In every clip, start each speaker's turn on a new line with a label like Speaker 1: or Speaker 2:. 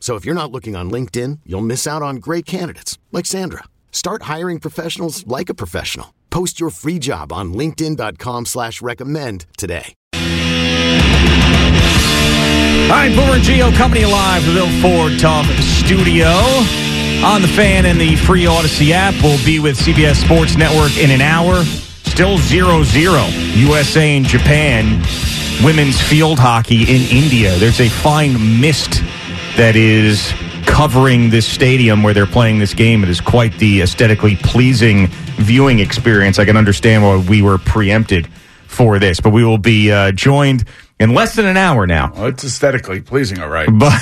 Speaker 1: So if you're not looking on LinkedIn, you'll miss out on great candidates like Sandra. Start hiring professionals like a professional. Post your free job on linkedin.com/recommend slash recommend today.
Speaker 2: All right, Boomer and Geo Company live from the Bill Ford Tough Studio. On the fan and the free Odyssey app, we'll be with CBS Sports Network in an hour. Still 0 0. USA and Japan. Women's field hockey in India. There's a fine mist that is covering this stadium where they're playing this game. It is quite the aesthetically pleasing viewing experience. I can understand why we were preempted for this, but we will be uh, joined in less than an hour now
Speaker 3: Well, it's aesthetically pleasing, all right.
Speaker 2: by,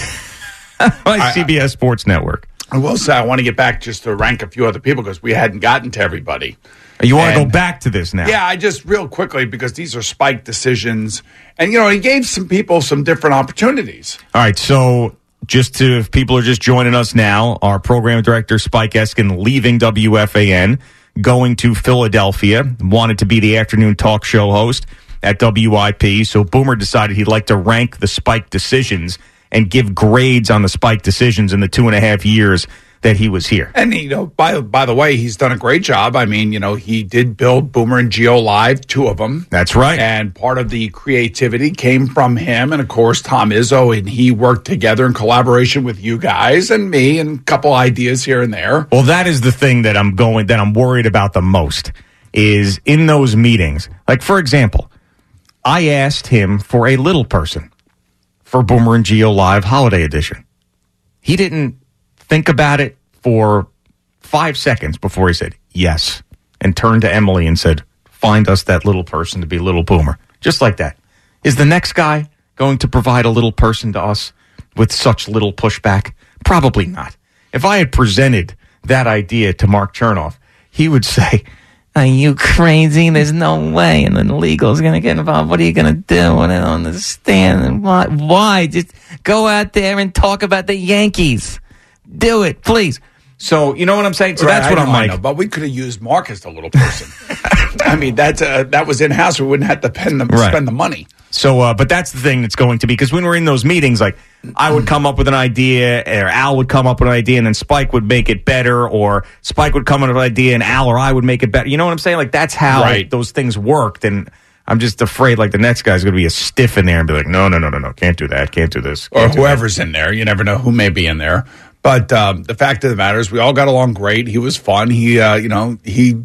Speaker 2: by CBS Sports Network.
Speaker 3: I will say I want to get back just to rank a few other people because we hadn't gotten to everybody.
Speaker 2: You want to go
Speaker 3: And-
Speaker 2: back to this now?
Speaker 3: Yeah, I just real quickly because these are spike decisions, and you know he gave some people some different opportunities.
Speaker 2: All right. So, just to if people are just joining us now, our program director Spike Eskin leaving WFAN, going to Philadelphia, wanted to be the afternoon talk show host at WIP. So Boomer decided he'd like to rank the Spike decisions and give grades on the Spike decisions in the two and a half years that he was here.
Speaker 3: And you know, by by the way, he's done a great job. I mean, you know, he did build Boomer and Geo Live, two of them.
Speaker 2: That's right.
Speaker 3: And part of the creativity came from him, and of course Tom Izzo, and he worked together in collaboration with you guys and me, and a couple ideas here and there.
Speaker 2: Well, that is the thing that I'm going that I'm worried about the most is in those meetings. Like for example, I asked him for a little person for Boomer and Geo Live Holiday Edition. He didn't think about it for five seconds before he said yes and turned to Emily and said, "Find us that little person to be Little Boomer." Just like that. Is the next guy going to provide a little person to us with such little pushback? Probably not. If I had presented that idea to Mark Chernoff, he would say,
Speaker 4: Are you crazy? There's no way. And then the legal's going to get involved. What are you going to do? I don't understand. And why? Why? Just go out there and talk about the Yankees. Do it, please.
Speaker 2: So you know what I'm saying. So
Speaker 3: Right,
Speaker 2: that's what
Speaker 3: I
Speaker 2: I'm
Speaker 3: know, I know,
Speaker 2: like.
Speaker 3: but we could have used Mark as the little person. I mean, that's uh, that was in house. We wouldn't have to pen the,
Speaker 2: Right.
Speaker 3: spend the money.
Speaker 2: So, uh, but that's the thing that's going to be because when we're in those meetings, like I would come up with an idea, or Al would come up with an idea, and then Spike would make it better, or Spike would come up with an idea, and Al or I would make it better. You know what I'm saying? Like that's how
Speaker 3: Right.
Speaker 2: those things worked, and I'm just afraid like the next guy's going to be a stiff in there and be like, no, no, no, no, no, can't do that, can't do this,
Speaker 3: or
Speaker 2: can't do that."
Speaker 3: whoever's in there. You never know who may be in there. But um, the fact of the matter is, we all got along great. He was fun. He, uh, you know, he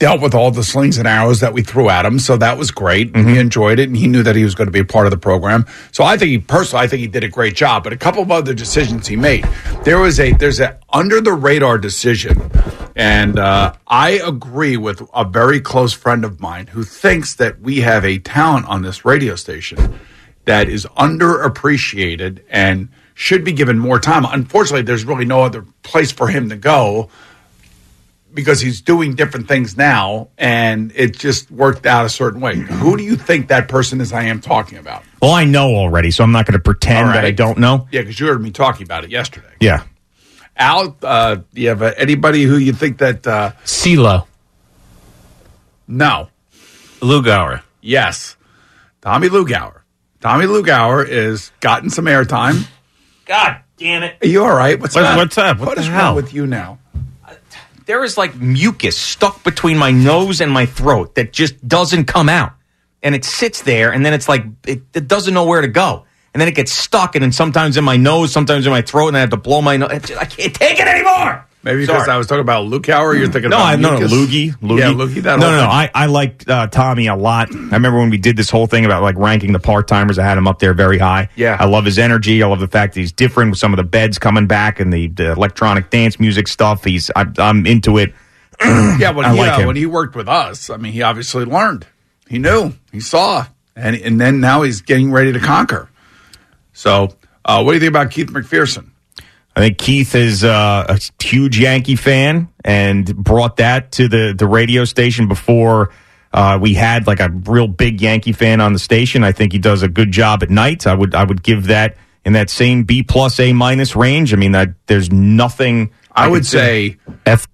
Speaker 3: dealt with all the slings and arrows that we threw at him, so that was great. He enjoyed it, and he knew that he was going to be a part of the program. So I think he personally, I think he did a great job. But a couple of other decisions he made, there was a there's a under the radar decision, and uh, I agree with a very close friend of mine who thinks that we have a talent on this radio station that is underappreciated and should be given more time. Unfortunately, there's really no other place for him to go because he's doing different things now and it just worked out a certain way. Who do you think that person is I am talking about?
Speaker 2: Well, I know already, so I'm not going to pretend
Speaker 3: All
Speaker 2: that I
Speaker 3: right.
Speaker 2: don't know.
Speaker 3: Yeah, because you heard me talking about it yesterday.
Speaker 2: Yeah,
Speaker 3: Al, uh, do you have uh, anybody who you think that, uh,
Speaker 5: CeeLo.
Speaker 3: no,
Speaker 5: Lou Gower.
Speaker 3: yes, Tommy Lugauer. Tommy Lugauer is gotten some airtime.
Speaker 5: God damn it.
Speaker 3: Are you all right? What's,
Speaker 2: What-
Speaker 3: up?
Speaker 2: what's up? What
Speaker 3: What
Speaker 2: the
Speaker 3: is
Speaker 2: hell?
Speaker 3: wrong with you now?
Speaker 2: there is like mucus stuck between my nose and my throat that just doesn't come out. And it sits there, and then it's like, it, it doesn't know where to go. And then it gets stuck, and then sometimes in my nose, sometimes in my throat, and I have to blow my nose. I can't take it anymore.
Speaker 3: Maybe because
Speaker 2: Sorry.
Speaker 3: I was talking about Luke Hauer, you're thinking
Speaker 2: No,
Speaker 3: about
Speaker 2: I no no,
Speaker 3: Lucas.
Speaker 2: Loogie, Loogie.
Speaker 3: Yeah, Loogie.
Speaker 2: No,
Speaker 3: That
Speaker 2: no,
Speaker 3: whole
Speaker 2: no.
Speaker 3: thing.
Speaker 2: I, I liked uh, Tommy a lot. I remember when we did this whole thing about like ranking the part timers. I had him up there very high.
Speaker 3: Yeah.
Speaker 2: I love his energy. I love the fact that he's different with some of the beds coming back and the, the electronic dance music stuff. He's I, I'm into it.
Speaker 3: yeah, when
Speaker 2: I
Speaker 3: he,
Speaker 2: like
Speaker 3: uh,
Speaker 2: him.
Speaker 3: when he worked with us, I mean, he obviously learned. He knew. He saw, and and then now he's getting ready to conquer. So, uh, what do you think about Keith McPherson?
Speaker 2: I think Keith is uh, a huge Yankee fan and brought that to the, the radio station before uh, we had like a real big Yankee fan on the station. I think he does a good job at night. I would I would give that in that same B plus A minus range. I mean, that there's nothing.
Speaker 3: I, would
Speaker 2: could
Speaker 3: say
Speaker 2: F.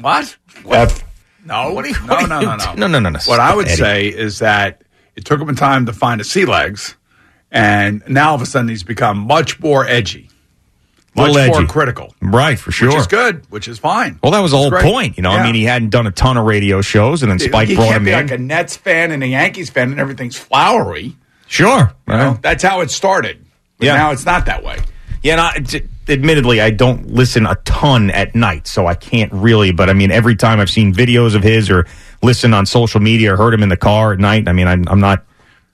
Speaker 3: what? What?
Speaker 2: F.
Speaker 3: No, what do you, no,
Speaker 2: what do
Speaker 3: no,
Speaker 2: you
Speaker 3: no,
Speaker 2: do?
Speaker 3: no,
Speaker 2: No, no, no, no.
Speaker 3: What I
Speaker 2: Stop,
Speaker 3: would
Speaker 2: Eddie.
Speaker 3: say is that it took him time to find his sea legs, and now all of a sudden he's become much more edgy, much
Speaker 2: Little
Speaker 3: more
Speaker 2: edgy.
Speaker 3: critical,
Speaker 2: Right, for sure.
Speaker 3: which is good, which is fine.
Speaker 2: Well, that was the
Speaker 3: It's
Speaker 2: whole
Speaker 3: great.
Speaker 2: point. You know,
Speaker 3: Yeah.
Speaker 2: I mean, he hadn't done a ton of radio shows, and then Spike
Speaker 3: you
Speaker 2: brought
Speaker 3: can't
Speaker 2: him
Speaker 3: be
Speaker 2: in.
Speaker 3: like a Nets fan and a Yankees fan, and everything's flowery. You
Speaker 2: sure.
Speaker 3: know? That's how it started. But
Speaker 2: Yeah.
Speaker 3: Now it's not that way.
Speaker 2: Yeah, and I, d- admittedly, I don't listen a ton at night, so I can't really. But I mean, every time I've seen videos of his or listened on social media or heard him in the car at night, I mean, I'm, I'm not,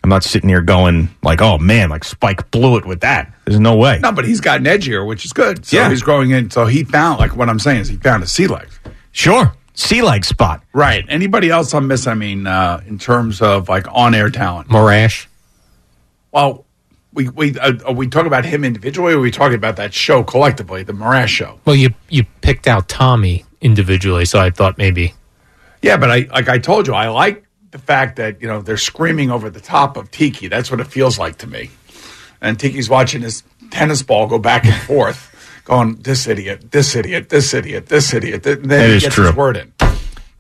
Speaker 2: I'm not sitting here going like, oh man, like Spike blew it with that. There's no way.
Speaker 3: No, but he's gotten edgier, which is good. So
Speaker 2: Yeah.
Speaker 3: he's growing in. So he found, like, what I'm saying is he found his sea legs.
Speaker 2: Sure, sea leg spot.
Speaker 3: Right. Anybody else I'm missing? I mean, uh, in terms of like on air talent.
Speaker 5: Morash.
Speaker 3: Well, we we uh, are we talking about him individually, or are we talking about that show collectively, the Morash show?
Speaker 5: Well, you you picked out Tommy individually, so I thought maybe
Speaker 3: Yeah, but I like I told you, I like the fact that you know they're screaming over the top of Tiki. That's what it feels like to me. And Tiki's watching his tennis ball go back and forth, going this idiot, this idiot, this idiot, this idiot. Th- Then
Speaker 2: That
Speaker 3: he
Speaker 2: is
Speaker 3: gets
Speaker 2: true.
Speaker 3: his word in.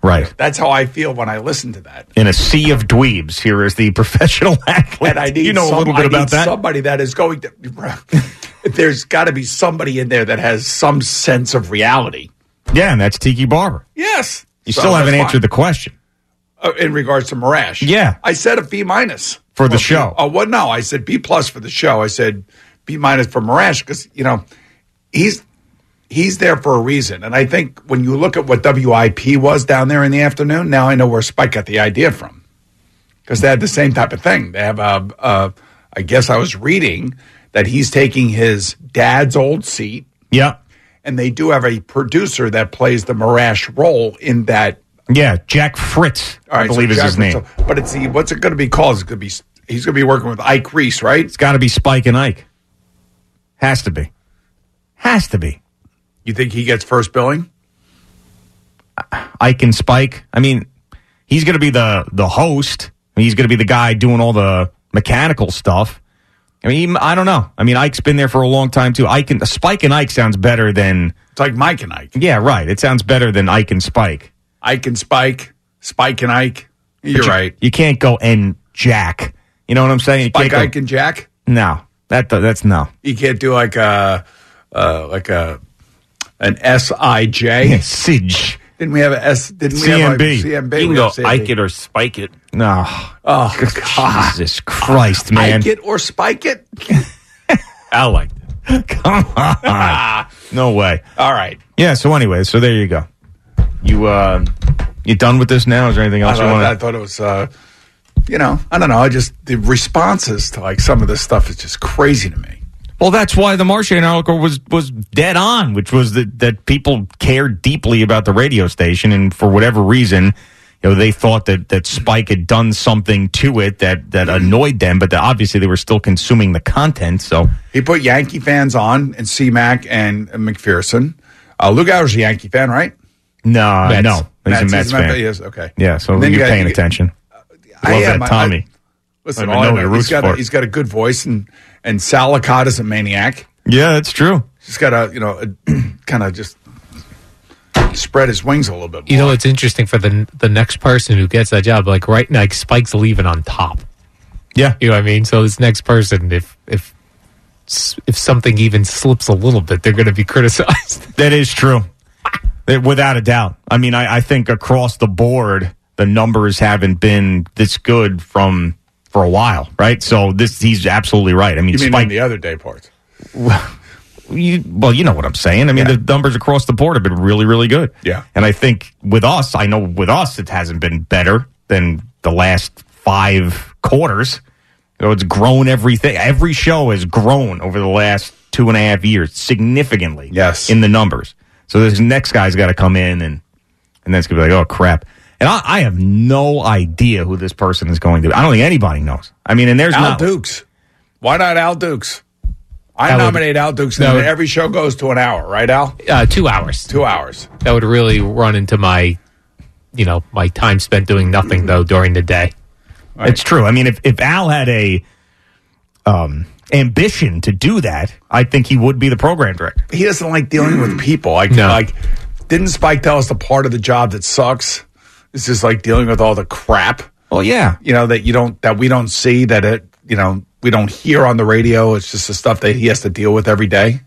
Speaker 2: Right.
Speaker 3: That's how I feel when I listen to that.
Speaker 2: In a sea of dweebs, here is the professional athlete.
Speaker 3: And I need
Speaker 2: you know
Speaker 3: some-
Speaker 2: a little
Speaker 3: I
Speaker 2: bit about
Speaker 3: need
Speaker 2: that.
Speaker 3: Somebody that is going to. There's got to be somebody in there that has some sense of reality.
Speaker 2: yeah, and that's Tiki Barber.
Speaker 3: Yes.
Speaker 2: You still haven't answered the
Speaker 3: the
Speaker 2: question.
Speaker 3: uh, in regards to Marash.
Speaker 2: Yeah.
Speaker 3: I said a B minus
Speaker 2: For the show.
Speaker 3: Oh, what? No, I said B plus for the show. I said B minus for Marash because you know he's he's there for a reason, and I think when you look at what WIP was down there in the afternoon, now I know where Spike got the idea from because they had the same type of thing. They have a, a I guess I was reading that he's taking his dad's old seat
Speaker 2: Yeah,
Speaker 3: and they do have a producer that plays the Marash role in that.
Speaker 2: yeah. Jack Fritz,
Speaker 3: All
Speaker 2: I
Speaker 3: right, so
Speaker 2: believe is
Speaker 3: Jack
Speaker 2: his name.
Speaker 3: Russo- but it's the what's it going to be called? It's going to be he's going to be working with Ike Reese, right?
Speaker 2: It's got to be Spike and Ike. Has to be. Has to be.
Speaker 3: You think he gets first billing?
Speaker 2: Ike and Spike. I mean, he's going to be the the host. He's going to be the guy doing all the mechanical stuff. I mean, he- I don't know. I mean, Ike's been there for a long time too. Ike and Spike and Ike sounds better than
Speaker 3: It's like Mike and Ike,
Speaker 2: yeah, right. It sounds better than Ike and Spike.
Speaker 3: Ike and Spike, Spike and Ike. You're right,
Speaker 2: You can't go and Jack. You know what I'm saying? You
Speaker 3: Spike,
Speaker 2: can't
Speaker 3: Ike,
Speaker 2: go,
Speaker 3: and Jack.
Speaker 2: no, that that's no.
Speaker 3: You can't do like a uh, like a an S I J.
Speaker 2: Sige.
Speaker 3: Didn't we have a S? Didn't we have a
Speaker 2: CMB.
Speaker 3: CMB?
Speaker 5: you
Speaker 3: We
Speaker 5: can go
Speaker 3: have CMB.
Speaker 5: Ike it or Spike it.
Speaker 2: No.
Speaker 3: Oh, God.
Speaker 2: Jesus Christ, man.
Speaker 3: Ike it or Spike it.
Speaker 5: I liked it.
Speaker 2: Come on. no way.
Speaker 3: All right.
Speaker 2: Yeah. So anyway, so there you go. You uh, you done with this now? Is there anything
Speaker 3: I
Speaker 2: else you
Speaker 3: thought, I
Speaker 2: want to?
Speaker 3: thought it was, uh, you know, I don't know. I just the responses to like some of this stuff is just crazy to me.
Speaker 2: Well, that's why the Martian article was was dead on, which was that that people cared deeply about the radio station, and for whatever reason, you know, they thought that that Spike had done something to it that that annoyed them, but that obviously they were still consuming the content. So
Speaker 3: He put Yankee fans on and C-Mac and McPherson. Uh, Lou Gower's a Yankee fan, right?
Speaker 2: no,
Speaker 5: Mets.
Speaker 2: uh, no, he's a Mets
Speaker 3: a Met-
Speaker 2: fan.
Speaker 3: Yes, okay.
Speaker 2: Yeah, so
Speaker 3: And then
Speaker 2: you're
Speaker 3: you got-
Speaker 2: paying
Speaker 3: you-
Speaker 2: attention.
Speaker 3: I
Speaker 2: Love
Speaker 3: am.
Speaker 2: that,
Speaker 3: I-
Speaker 2: Tommy.
Speaker 3: Listen,
Speaker 2: I don't
Speaker 3: all I
Speaker 2: know
Speaker 3: know,
Speaker 2: what he
Speaker 3: he's
Speaker 2: roots
Speaker 3: got a,
Speaker 2: for.
Speaker 3: he's got a good voice, and and Sal Licata is a maniac.
Speaker 2: yeah, that's true.
Speaker 3: He's got a you know kind of just spread his wings a little bit. More.
Speaker 5: You know, it's interesting for the the next person who gets that job. Like right now, like Spike's leaving on top.
Speaker 2: Yeah,
Speaker 5: You know what I mean? So this next person, if if s- if something even slips a little bit, they're going to be criticized.
Speaker 2: That is true. That- without a doubt. I mean, I, I think across the board, the numbers haven't been this good from for a while, right? So this he's absolutely right. I mean,
Speaker 3: you mean
Speaker 2: Spike.
Speaker 3: in the other day parts?
Speaker 2: you, well, you know what I'm saying. I mean, the numbers across the board have been really, really good.
Speaker 3: Yeah.
Speaker 2: And I think with us, I know with us, it hasn't been better than the last five quarters. So it's grown everything. Every show has grown over the last two and a half years significantly.
Speaker 3: Yes.
Speaker 2: In the numbers. So this next guy's got to come in and and then it's gonna be like, oh crap. And I, I have no idea who this person is going to. be. I don't think anybody knows. I mean, and there's
Speaker 3: Al
Speaker 2: not
Speaker 3: Dukes. Why not Al Dukes? I
Speaker 5: That would-
Speaker 3: nominate Al Dukes.
Speaker 5: that
Speaker 3: And
Speaker 5: would-
Speaker 3: every show goes to an hour, right, Al?
Speaker 5: Uh, two hours.
Speaker 3: Two hours.
Speaker 5: That would really run into my, you know, my time spent doing nothing though during the day.
Speaker 2: It's true. I mean, if, if Al had a um, ambition to do that, I think he would be the program director.
Speaker 3: He doesn't like dealing with people. Like,
Speaker 5: No.
Speaker 3: like, didn't Spike tell us the part of the job that sucks? It's just like dealing with all the crap,
Speaker 2: Well, yeah.
Speaker 3: you know, that you don't, that we don't see, that it, you know, we don't hear on the radio. It's just the stuff that he has to deal with every day,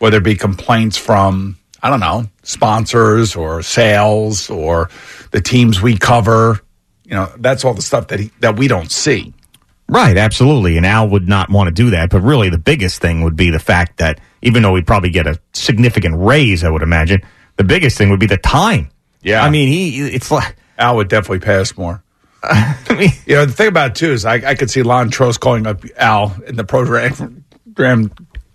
Speaker 3: whether it be complaints from, I don't know, sponsors or sales or the teams we cover. You know, that's all the stuff that he, that we don't see.
Speaker 2: Right, absolutely. And Al would not want to do that. But really, the biggest thing would be the fact that even though he'd probably get a significant raise, I would imagine, the biggest thing would be the time.
Speaker 3: Yeah.
Speaker 2: I mean, he, it's like,
Speaker 3: Al would definitely pass more.
Speaker 2: I mean,
Speaker 3: You know, the thing about it too is I, I could see Lon Trost calling up Al in the program, program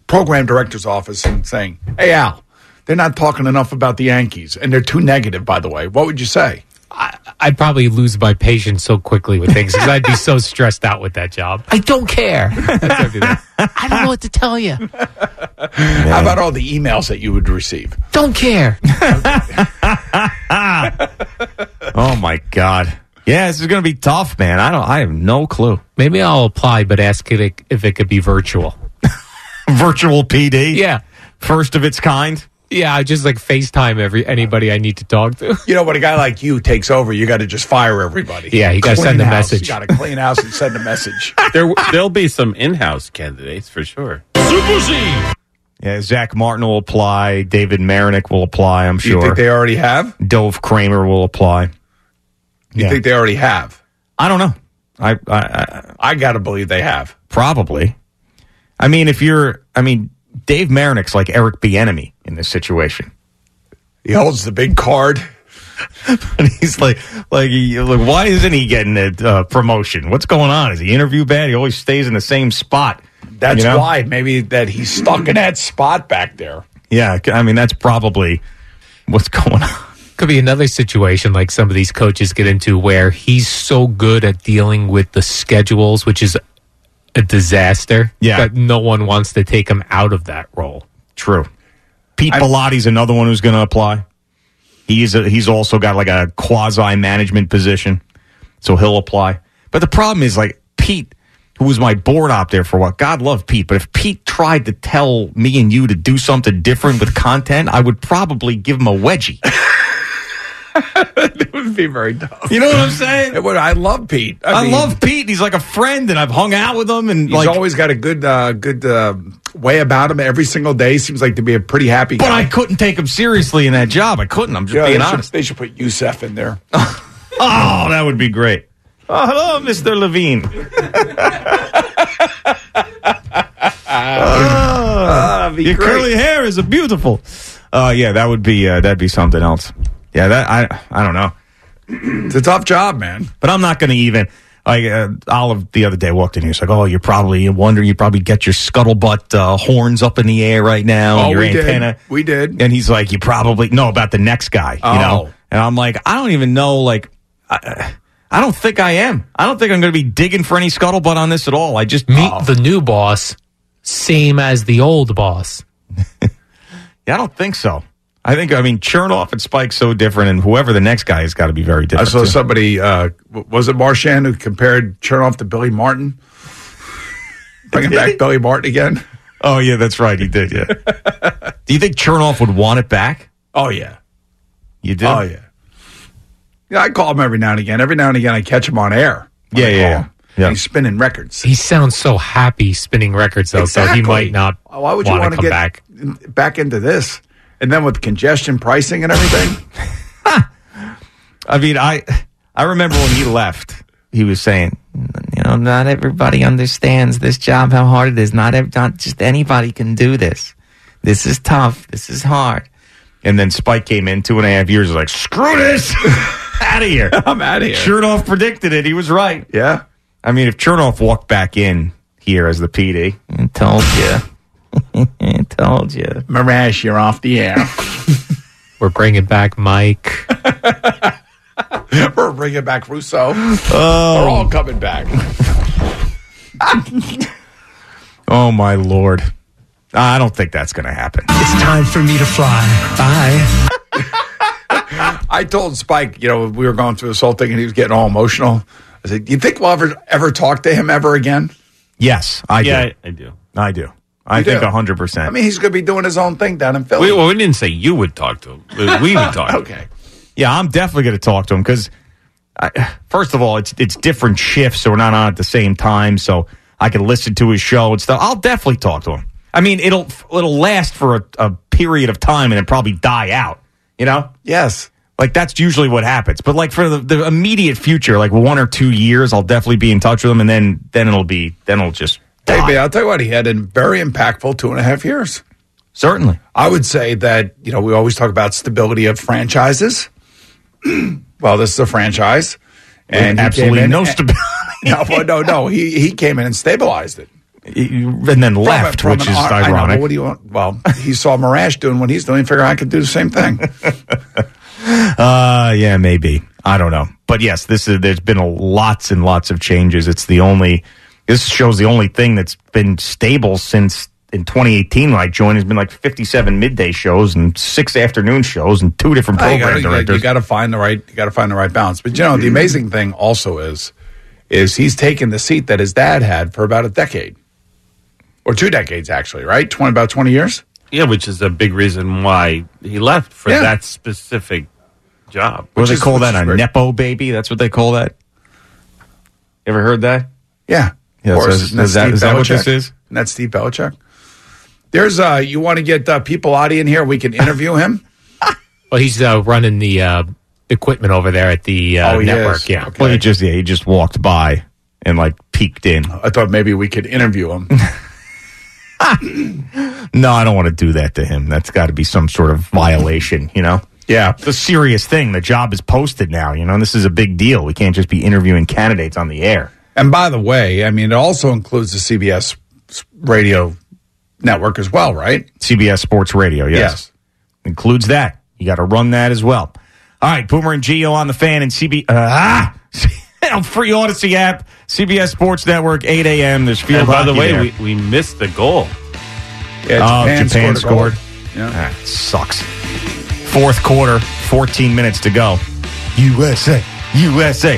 Speaker 3: program director's office and saying, "Hey, Al, they're not talking enough about the Yankees, and they're too negative." By the way, what would you say?
Speaker 5: I'd probably lose my patience so quickly with things because I'd be so stressed out with that job. I don't care. I don't know what to tell you.
Speaker 3: How about all the emails that you would receive?
Speaker 5: Don't care.
Speaker 2: oh my God. Yeah, this is going to be tough, man. I don't, I have no clue.
Speaker 5: Maybe I'll apply, but ask it if it could be virtual.
Speaker 2: Virtual PD.
Speaker 5: Yeah.
Speaker 2: First of its kind.
Speaker 5: Yeah, I just like FaceTime every anybody I need to talk to.
Speaker 3: You know, when a guy like you takes over, you got to just fire everybody.
Speaker 5: Yeah, you gotta
Speaker 3: Clean
Speaker 5: send a
Speaker 3: house.
Speaker 5: message.
Speaker 3: You got to clean house and send a message.
Speaker 6: There, there'll be some in-house candidates for sure.
Speaker 2: Yeah, Zach Martin will apply. David Marinick will apply, I'm
Speaker 3: You
Speaker 2: sure.
Speaker 3: think they already have?
Speaker 2: Dove Kramer will apply.
Speaker 3: You
Speaker 2: Yeah.
Speaker 3: think they already have?
Speaker 2: I don't know. I, I, I
Speaker 3: I got to believe they have.
Speaker 2: probably. I mean, if you're, I mean, Dave Marinick's like Eric Bieniemy in this situation.
Speaker 3: He holds the big card.
Speaker 2: And he's like, like, he, like why isn't he getting a uh, promotion? What's going on? Is he interview bad? He always stays in the same spot.
Speaker 3: That's
Speaker 2: You know?
Speaker 3: why maybe that he's stuck in that spot back there.
Speaker 2: Yeah, I mean, that's probably what's going on.
Speaker 5: Could be another situation like some of these coaches get into where he's so good at dealing with the schedules, which is a disaster.
Speaker 2: Yeah.
Speaker 5: That no one wants to take him out of that role.
Speaker 2: True. Pete Pilotti's another one who's going to apply. He's a, he's also got like a quasi management position, so he'll apply. But the problem is like Pete, who was my board op there for what? God love Pete, but if Pete tried to tell me and you to do something different with content, I would probably give him a wedgie.
Speaker 3: It would be very tough.
Speaker 2: You know what I'm saying?
Speaker 3: It would, I love Pete.
Speaker 2: I,
Speaker 3: mean,
Speaker 2: love Pete. He's like a friend, and I've hung out with him, and
Speaker 3: He's
Speaker 2: like,
Speaker 3: always got a good, uh, good uh, way about him. Every single day seems like to be a pretty happy
Speaker 2: but
Speaker 3: guy.
Speaker 2: I couldn't take him seriously in that job. I couldn't. I'm just
Speaker 3: Yeah,
Speaker 2: being
Speaker 3: they should-
Speaker 2: honest.
Speaker 3: they should put Youssef in there.
Speaker 2: Oh, that would be great. Oh, hello, Mr. Levine.
Speaker 3: Uh,
Speaker 2: Ah, your curly hair is a beautiful. Uh, yeah, that would be uh, that'd be something else. Yeah, that I I don't know,
Speaker 3: It's a tough job, man.
Speaker 2: but I'm not going to even. Like uh, Olive the other day walked in here. She's like, "Oh, you're probably wondering. You probably get your scuttlebutt uh, horns up in the air right now, and your
Speaker 3: Oh, we
Speaker 2: antenna."
Speaker 3: did. We did.
Speaker 2: and he's like, "You probably know about the next guy, you know."
Speaker 3: Oh.
Speaker 2: And I'm like, "I don't even know. Like, I, I don't think I am. I don't think I'm going to be digging for any scuttlebutt on this at all. I just oh.
Speaker 5: Meet the new boss, same as the old boss.
Speaker 2: Yeah, I don't think so. I think I mean Chernoff and Spike's so different, and whoever the next guy has got to be
Speaker 3: I
Speaker 2: very different.
Speaker 3: saw
Speaker 2: too.
Speaker 3: somebody, uh, w- was it Marshan who compared Chernoff to Billy Martin? Bringing back Billy Martin again?
Speaker 2: oh yeah, that's right. He did. Yeah. do you think Chernoff would want it back?
Speaker 3: Oh, yeah.
Speaker 2: You do.
Speaker 3: Oh, yeah. Yeah, I call him every now and again. Every now and again, I catch him on air. when
Speaker 2: Yeah,
Speaker 3: I
Speaker 2: yeah,
Speaker 3: call
Speaker 2: yeah.
Speaker 3: him.
Speaker 2: Yeah.
Speaker 3: He's spinning records.
Speaker 5: He sounds so happy spinning records though, so he
Speaker 3: Exactly.
Speaker 5: might not
Speaker 3: Why would you
Speaker 5: want
Speaker 3: wanna
Speaker 5: to come
Speaker 3: get
Speaker 5: back.
Speaker 3: back into this? And then with congestion pricing and everything,
Speaker 2: I mean, I I remember when he left, he was saying,
Speaker 4: You know, not everybody understands this job, how hard it is. Not, ev- not just anybody can do this. This is tough. This is hard.
Speaker 2: And then Spike came in two and a half years, like, screw this, out of here.
Speaker 3: I'm out of here.
Speaker 2: Chernoff predicted it. He was right.
Speaker 3: Yeah.
Speaker 2: I mean, if Chernoff walked back in here as the PD,
Speaker 4: I told you. I told you.
Speaker 3: Mirage, you're off the air.
Speaker 5: We're bringing back Mike.
Speaker 3: We're bringing back Russo. We're all coming back.
Speaker 2: oh my lord, I don't think that's going to happen.
Speaker 7: It's time for me to fly. Bye.
Speaker 3: I told Spike, you know, we were going through this whole thing and he was getting all emotional. I said, Do you think we'll ever, ever talk to him ever again?
Speaker 2: Yes, I
Speaker 6: yeah,
Speaker 2: do.
Speaker 6: I, I do.
Speaker 2: I do. I think
Speaker 3: do?
Speaker 2: hundred percent.
Speaker 3: I mean, he's going to be doing his own thing down in Philly.
Speaker 6: We, well, we didn't say you would talk to him. We would talk. to him.
Speaker 3: okay.
Speaker 2: Yeah, I'm definitely going to talk to him because, first of all, it's it's different shifts, so we're not on at the same time, so I can listen to his show and stuff. I'll definitely talk to him. I mean, it'll it'll last for a, a period of time and then probably die out. You know,
Speaker 3: Yes.
Speaker 2: like that's usually what happens. But like for the, the immediate future, like one or two years, I'll definitely be in touch with him, and then then it'll be then it'll just
Speaker 3: Hey,
Speaker 2: die.
Speaker 3: man, I'll tell you what, he had a very impactful two and a half years.
Speaker 2: certainly.
Speaker 3: I would say that, you know, we always talk about stability of franchises. well, this is a franchise. And he
Speaker 2: absolutely
Speaker 3: came in
Speaker 2: no
Speaker 3: and-
Speaker 2: stability,
Speaker 3: no, well, no, no. He, he came in and stabilized it.
Speaker 2: and then
Speaker 3: From a-
Speaker 2: left,
Speaker 3: from
Speaker 2: which
Speaker 3: an
Speaker 2: is
Speaker 3: ar- I know, but
Speaker 2: ironic.
Speaker 3: what do you want? Well, he saw Mirage doing what he's doing. He figured I could do the same thing.
Speaker 2: Uh, yeah, maybe. I don't know. But yes, this is there's been a, lots and lots of changes. It's the only this show's the only thing that's been stable since in 2018 when I joined. It's been like 57 midday shows and six afternoon shows and two different
Speaker 3: Oh, you
Speaker 2: program
Speaker 3: gotta- you
Speaker 2: directors.
Speaker 3: You got to find the right. You got to find the right balance. But you know, the amazing thing also is, is he's taken the seat that his dad had for about a decade, or two decades actually. Right, twenty about twenty years.
Speaker 6: Yeah, which is a big reason why he left for
Speaker 3: Yeah.
Speaker 6: that specific job.
Speaker 2: what do
Speaker 3: which
Speaker 2: they
Speaker 3: is-
Speaker 2: call
Speaker 3: which
Speaker 2: that?
Speaker 3: is
Speaker 2: A
Speaker 3: great.
Speaker 2: nepo baby? That's what they call that. You ever heard that?
Speaker 3: Yeah,
Speaker 2: Yeah, so is-
Speaker 3: isn't that
Speaker 2: is that-
Speaker 3: Steve
Speaker 2: is that what
Speaker 3: Belichick?
Speaker 2: this is?
Speaker 3: Isn't that Steve Belichick? There's uh, you want to get uh, people out in here? We can interview him.
Speaker 5: Well, he's uh, running the uh, equipment over there at the uh,
Speaker 3: Oh, he
Speaker 5: network.
Speaker 3: is.
Speaker 5: Yeah.
Speaker 3: Okay.
Speaker 2: Well, he just yeah, he just walked by and like peeked in.
Speaker 3: I thought maybe we could interview him.
Speaker 2: No, I don't want to do that to him. That's got to be some sort of violation, you know?
Speaker 3: Yeah.
Speaker 2: It's a serious thing. The job is posted now, you know? And this is a big deal. We can't just be interviewing candidates on the air.
Speaker 3: And by the way, I mean it also includes the CBS radio network as well, right?
Speaker 2: CBS Sports Radio, yes. Includes that. You got to run that as well. All right, Boomer and Geo on the fan and CB. Uh, ah! on free Odyssey app, CBS Sports Network, 8 a.m. There's field
Speaker 6: And by the
Speaker 2: hockey
Speaker 6: way,
Speaker 2: there.
Speaker 6: we, we missed the goal.
Speaker 3: Yeah,
Speaker 2: Oh, Japan
Speaker 3: a goal.
Speaker 2: scored.
Speaker 3: Yeah.
Speaker 2: Ah, sucks. Fourth quarter, 14 minutes to go. USA, USA.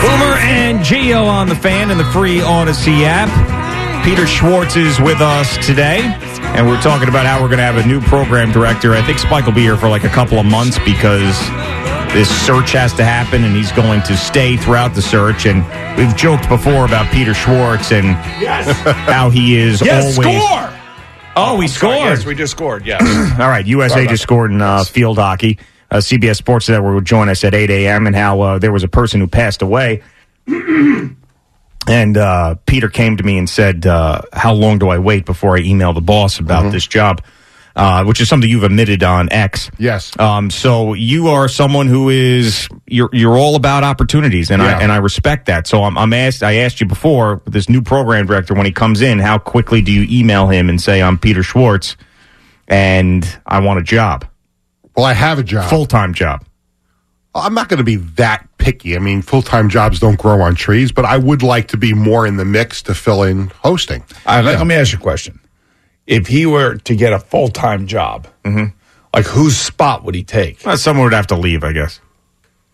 Speaker 2: Boomer and Geo on the fan and the free Odyssey app. Peter Schwartz is with us today. and we're talking about how we're going to have a new program director. I think Spike will be here for like a couple of months because this search has to happen, and he's going to stay throughout the search. And we've joked before about Peter Schwartz and how he is
Speaker 3: Yes,
Speaker 2: always.
Speaker 3: score!
Speaker 2: Oh, we
Speaker 3: Sorry,
Speaker 2: scored.
Speaker 3: yes, we just scored. Yes.
Speaker 2: All right,
Speaker 3: Sorry
Speaker 2: USA
Speaker 3: about
Speaker 2: just scored in uh, field hockey. Uh, CBS Sports Network will join us at 8 a.m. and how uh, there was a person who passed away. and uh, Peter came to me and said, uh, "How long do I wait before I email the boss about this job?" Uh, which is something you've admitted on X. Yes. Um, so you are someone who is you're you're all about opportunities, and I and I respect that. So I'm, I'm asked. I asked you before this new program director when he comes in, how quickly do you email him and say I'm Peter Schwartz? and I want a job.
Speaker 8: Well, I have a job.
Speaker 2: Full time job.
Speaker 8: I'm not going to be that picky. I mean, full time jobs don't grow on trees, but I would like to be more in the mix to fill in hosting.
Speaker 3: All right, let, let me ask you a question. If he were to get a full time job, like whose spot would he take?
Speaker 2: Mm-hmm. someone would have to leave, I guess.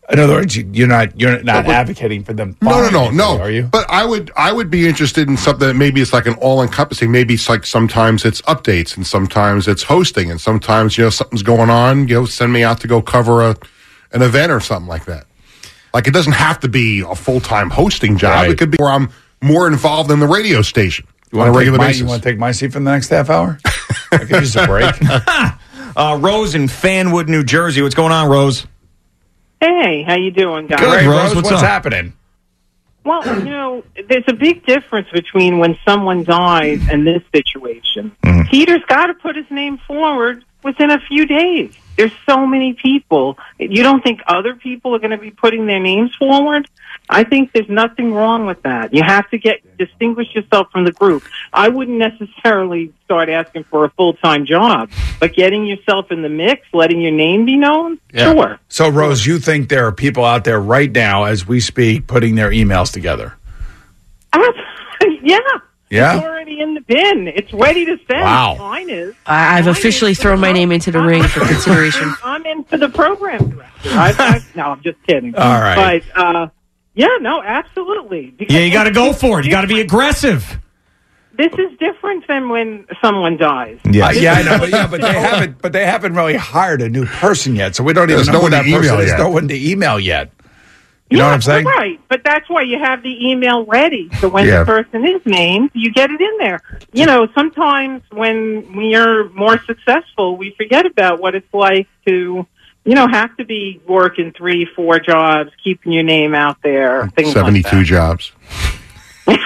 Speaker 3: In other words, you- you're not you're not
Speaker 8: But what-
Speaker 3: advocating for them.
Speaker 8: No,
Speaker 3: finding
Speaker 8: no, no, no.
Speaker 3: anybody, Are you?
Speaker 8: But I would, I would be interested in something that maybe it's like an all-encompassing. Maybe it's like sometimes it's updates, and sometimes it's hosting, and sometimes you know something's going on. You know, send me out to go cover a, an event or something like that. Like it doesn't have to be a full-time hosting job. It could be where I'm more involved in the radio station
Speaker 3: You
Speaker 8: on a
Speaker 3: want to take
Speaker 8: regular
Speaker 3: my,
Speaker 8: basis.
Speaker 3: you want to take my seat for the next half hour? I could use a break.
Speaker 2: Uh, Rose in Fanwood, New Jersey. What's going on, Rose?
Speaker 9: Hey, how you doing, guys?
Speaker 2: Good, Rose. Rose, What's what's up?
Speaker 3: happening?
Speaker 9: Well, you know, there's a big difference between when someone dies and this situation. Peter's got to put his name forward within a few days. There's so many people. You don't think other people are going to be putting their names forward? I think there's nothing wrong with that. You have to get distinguish yourself from the group. I wouldn't necessarily start asking for a full time job, but getting yourself in the mix, letting your name be known, sure.
Speaker 3: So, Rose, you think there are people out there right now, as we speak, putting their emails together?
Speaker 9: yeah.
Speaker 3: Yeah?
Speaker 9: It's already in the bin. It's ready to send.
Speaker 3: Wow.
Speaker 9: Mine is.
Speaker 10: I, I've officially thrown my name into the ring for consideration.
Speaker 9: I'm in for the program director. I, I, no, I'm just kidding.
Speaker 10: All right.
Speaker 9: But, uh, yeah, no, absolutely. Because
Speaker 2: Yeah, you got to go for it. You got to be aggressive.
Speaker 9: This is different than when someone dies.
Speaker 3: Yeah, yeah, I know, but, yeah, but
Speaker 8: Oh.
Speaker 3: they haven't, but they haven't really hired a new person yet, so we don't even
Speaker 8: There's
Speaker 3: know
Speaker 8: no
Speaker 3: who
Speaker 8: one to
Speaker 3: that person
Speaker 8: email
Speaker 3: is.
Speaker 8: yet.
Speaker 3: No one to email yet. You know what I'm saying?
Speaker 9: Right, but that's why you have the email ready. So when
Speaker 3: Yeah.
Speaker 9: the person is named, you get it in there. You know, sometimes when we are more successful, we forget about what it's like to, you know, have to be working three, four jobs, keeping your name out there, things like that.
Speaker 8: Seventy-two jobs.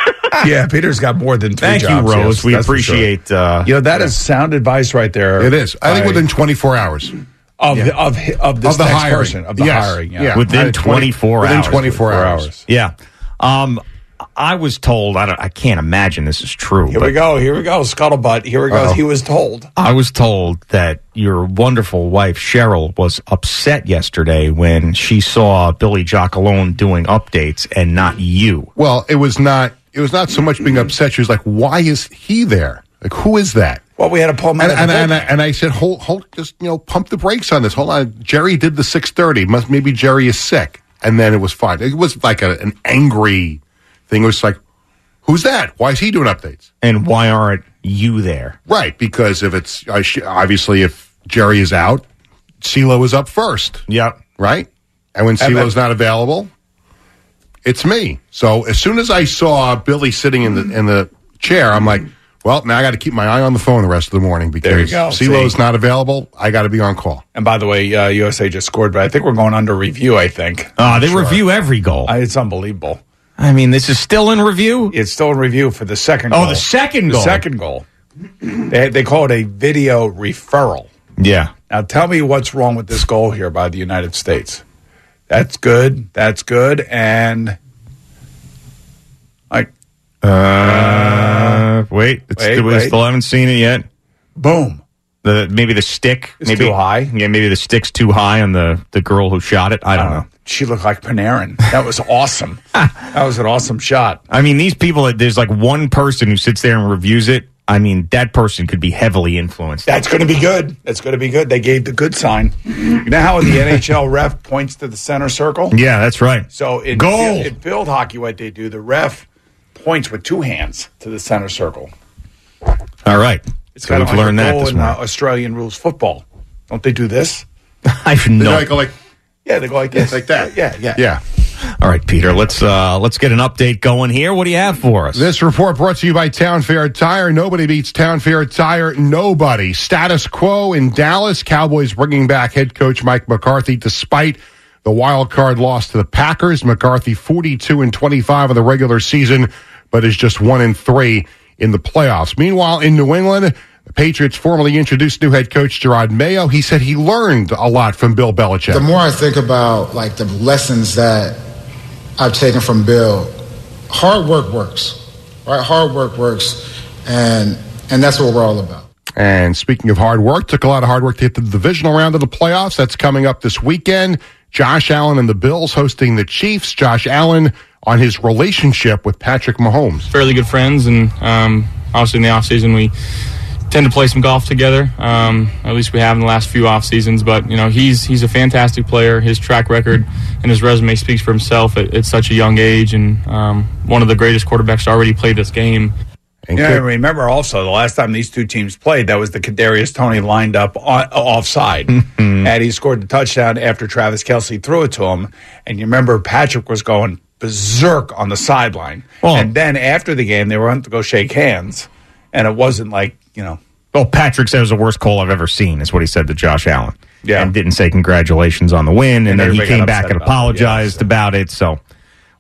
Speaker 3: yeah, Peter's got more than three
Speaker 8: Thank you,
Speaker 3: jobs,
Speaker 8: Rose.
Speaker 3: yes,
Speaker 8: We
Speaker 3: that's for
Speaker 8: appreciate,
Speaker 3: Sure.
Speaker 8: uh,
Speaker 3: you know, that is sound advice right there.
Speaker 8: It is. I think
Speaker 3: by-
Speaker 8: within 24 hours
Speaker 3: of the- of hi- of this
Speaker 8: of the
Speaker 3: next
Speaker 8: hiring.
Speaker 3: person, of the
Speaker 8: Yes.
Speaker 3: hiring, yeah.
Speaker 2: Within
Speaker 8: Uh,
Speaker 2: 24
Speaker 8: within
Speaker 2: hours.
Speaker 8: 24 hours.
Speaker 2: Yeah. Um, I was told, I, don't, I can't imagine this is true.
Speaker 3: Here we go. Here we go. Scuttlebutt. Here we go.
Speaker 2: Uh-oh.
Speaker 3: He was told.
Speaker 2: I was told that your wonderful wife, Cheryl, was upset yesterday when she saw Billy Jockalone doing updates and not you.
Speaker 8: Well, it was not. It was not so much being upset. She was like, "Why is he there? Like, who is that?"
Speaker 3: Well, we had a Paul
Speaker 8: and, and, and, I- and I said, "Hold, hold, just you know, pump the brakes on this. Hold on, Jerry did the six thirty. Must maybe Jerry is sick." And then it was fine. It was like a, an angry thing. It was like, "Who's that? Why is he doing updates?
Speaker 2: And why aren't you there?"
Speaker 8: Right? Because if it's I sh- obviously if Jerry is out, CeeLo is up first.
Speaker 2: Yep.
Speaker 8: Right. And when
Speaker 3: And
Speaker 8: CeeLo's not available, it's me. So as soon as I saw Billy sitting in the in the chair, I'm like, well, now I got to keep my eye on the phone the rest of the morning
Speaker 3: There you
Speaker 8: because
Speaker 3: go.
Speaker 8: CeeLo's
Speaker 3: See?
Speaker 8: not available. I got to be on call.
Speaker 3: And by the way, uh, USA just scored, but I think we're going under review. I think.
Speaker 2: Uh, they review every goal.
Speaker 3: I, it's unbelievable.
Speaker 2: I mean, this is still in review.
Speaker 3: It's still in review for the second.
Speaker 2: Oh,
Speaker 3: goal.
Speaker 2: the second
Speaker 3: The
Speaker 2: goal.
Speaker 3: second goal. They they call it a video referral.
Speaker 2: Yeah.
Speaker 3: Now tell me what's wrong with this goal here by the United States. That's good. That's good. And like
Speaker 2: Uh, wait, it's,
Speaker 3: Wait,
Speaker 2: we
Speaker 3: wait.
Speaker 2: still haven't seen it yet.
Speaker 3: Boom.
Speaker 2: The maybe the stick
Speaker 3: It's
Speaker 2: maybe
Speaker 3: too high.
Speaker 2: Yeah, maybe the stick's too high on the the girl who shot it. I don't know.
Speaker 3: she looked like Panarin. That was awesome. that was an awesome shot.
Speaker 2: I mean, these people. that- There's like one person who sits there and reviews it. I mean, that person could be heavily influenced.
Speaker 3: That's going to be good. That's going to be good. They gave the good sign. You know how the NHL ref points to the center circle?
Speaker 2: yeah, that's right.
Speaker 3: So in,
Speaker 2: Goal!
Speaker 3: in field hockey, what they do, the ref points with two hands to the center circle.
Speaker 2: All right.
Speaker 3: It's kind of
Speaker 2: We've
Speaker 3: like
Speaker 2: learned
Speaker 3: the
Speaker 2: that
Speaker 3: goal
Speaker 2: this
Speaker 3: in, uh,
Speaker 2: morning.
Speaker 3: Australian rules football. Don't they do this?
Speaker 2: I've no.
Speaker 3: They go uh, like, yeah, they go like this, like that. Yeah, yeah,
Speaker 2: Yeah. All right, Peter. Let's uh let's get an update going here. What do you have for us?
Speaker 8: This report brought to you by Town Fair Tire. Nobody beats Town Fair Tire. Nobody. Status quo in Dallas. Cowboys bringing back head coach Mike McCarthy despite the wild card loss to the Packers. McCarthy 42 and 25 in the regular season, but is just 1 and 3 in the playoffs. Meanwhile, in New England, the Patriots formally introduced new head coach Gerard Mayo. He said he learned a lot from Bill Belichick.
Speaker 11: The more I think about like the lessons that I've taken from Bill, hard work works, right? Hard work works, and and that's what we're all about.
Speaker 8: And speaking of hard work, took a lot of hard work to get to the divisional round of the playoffs. That's coming up this weekend. Josh Allen and the Bills hosting the Chiefs. Josh Allen on his relationship with Patrick Mahomes.
Speaker 12: fairly good friends, and um, obviously in the off season we tend to play some golf together. Um, at least we have in the last few off seasons. But you know, he's he's a fantastic player. His track record and his resume speaks for himself at, at such a young age, and um, one of the greatest quarterbacks to already play this game.
Speaker 3: yeah, and remember also the last time these two teams played, that was the Kadarius Tony lined up on, offside, and he scored the touchdown after Travis Kelsey threw it to him. And you remember Patrick was going berserk on the sideline, and then after the game they were on to go shake hands, and it wasn't like you know
Speaker 2: Well, Patrick said it was the worst call I've ever seen, is what he said to Josh Allen. Yeah. And didn't say congratulations on the win. And,
Speaker 3: And
Speaker 2: then he
Speaker 3: everybody got
Speaker 2: came back
Speaker 3: upset
Speaker 2: and
Speaker 3: about it.
Speaker 2: apologized about it. So,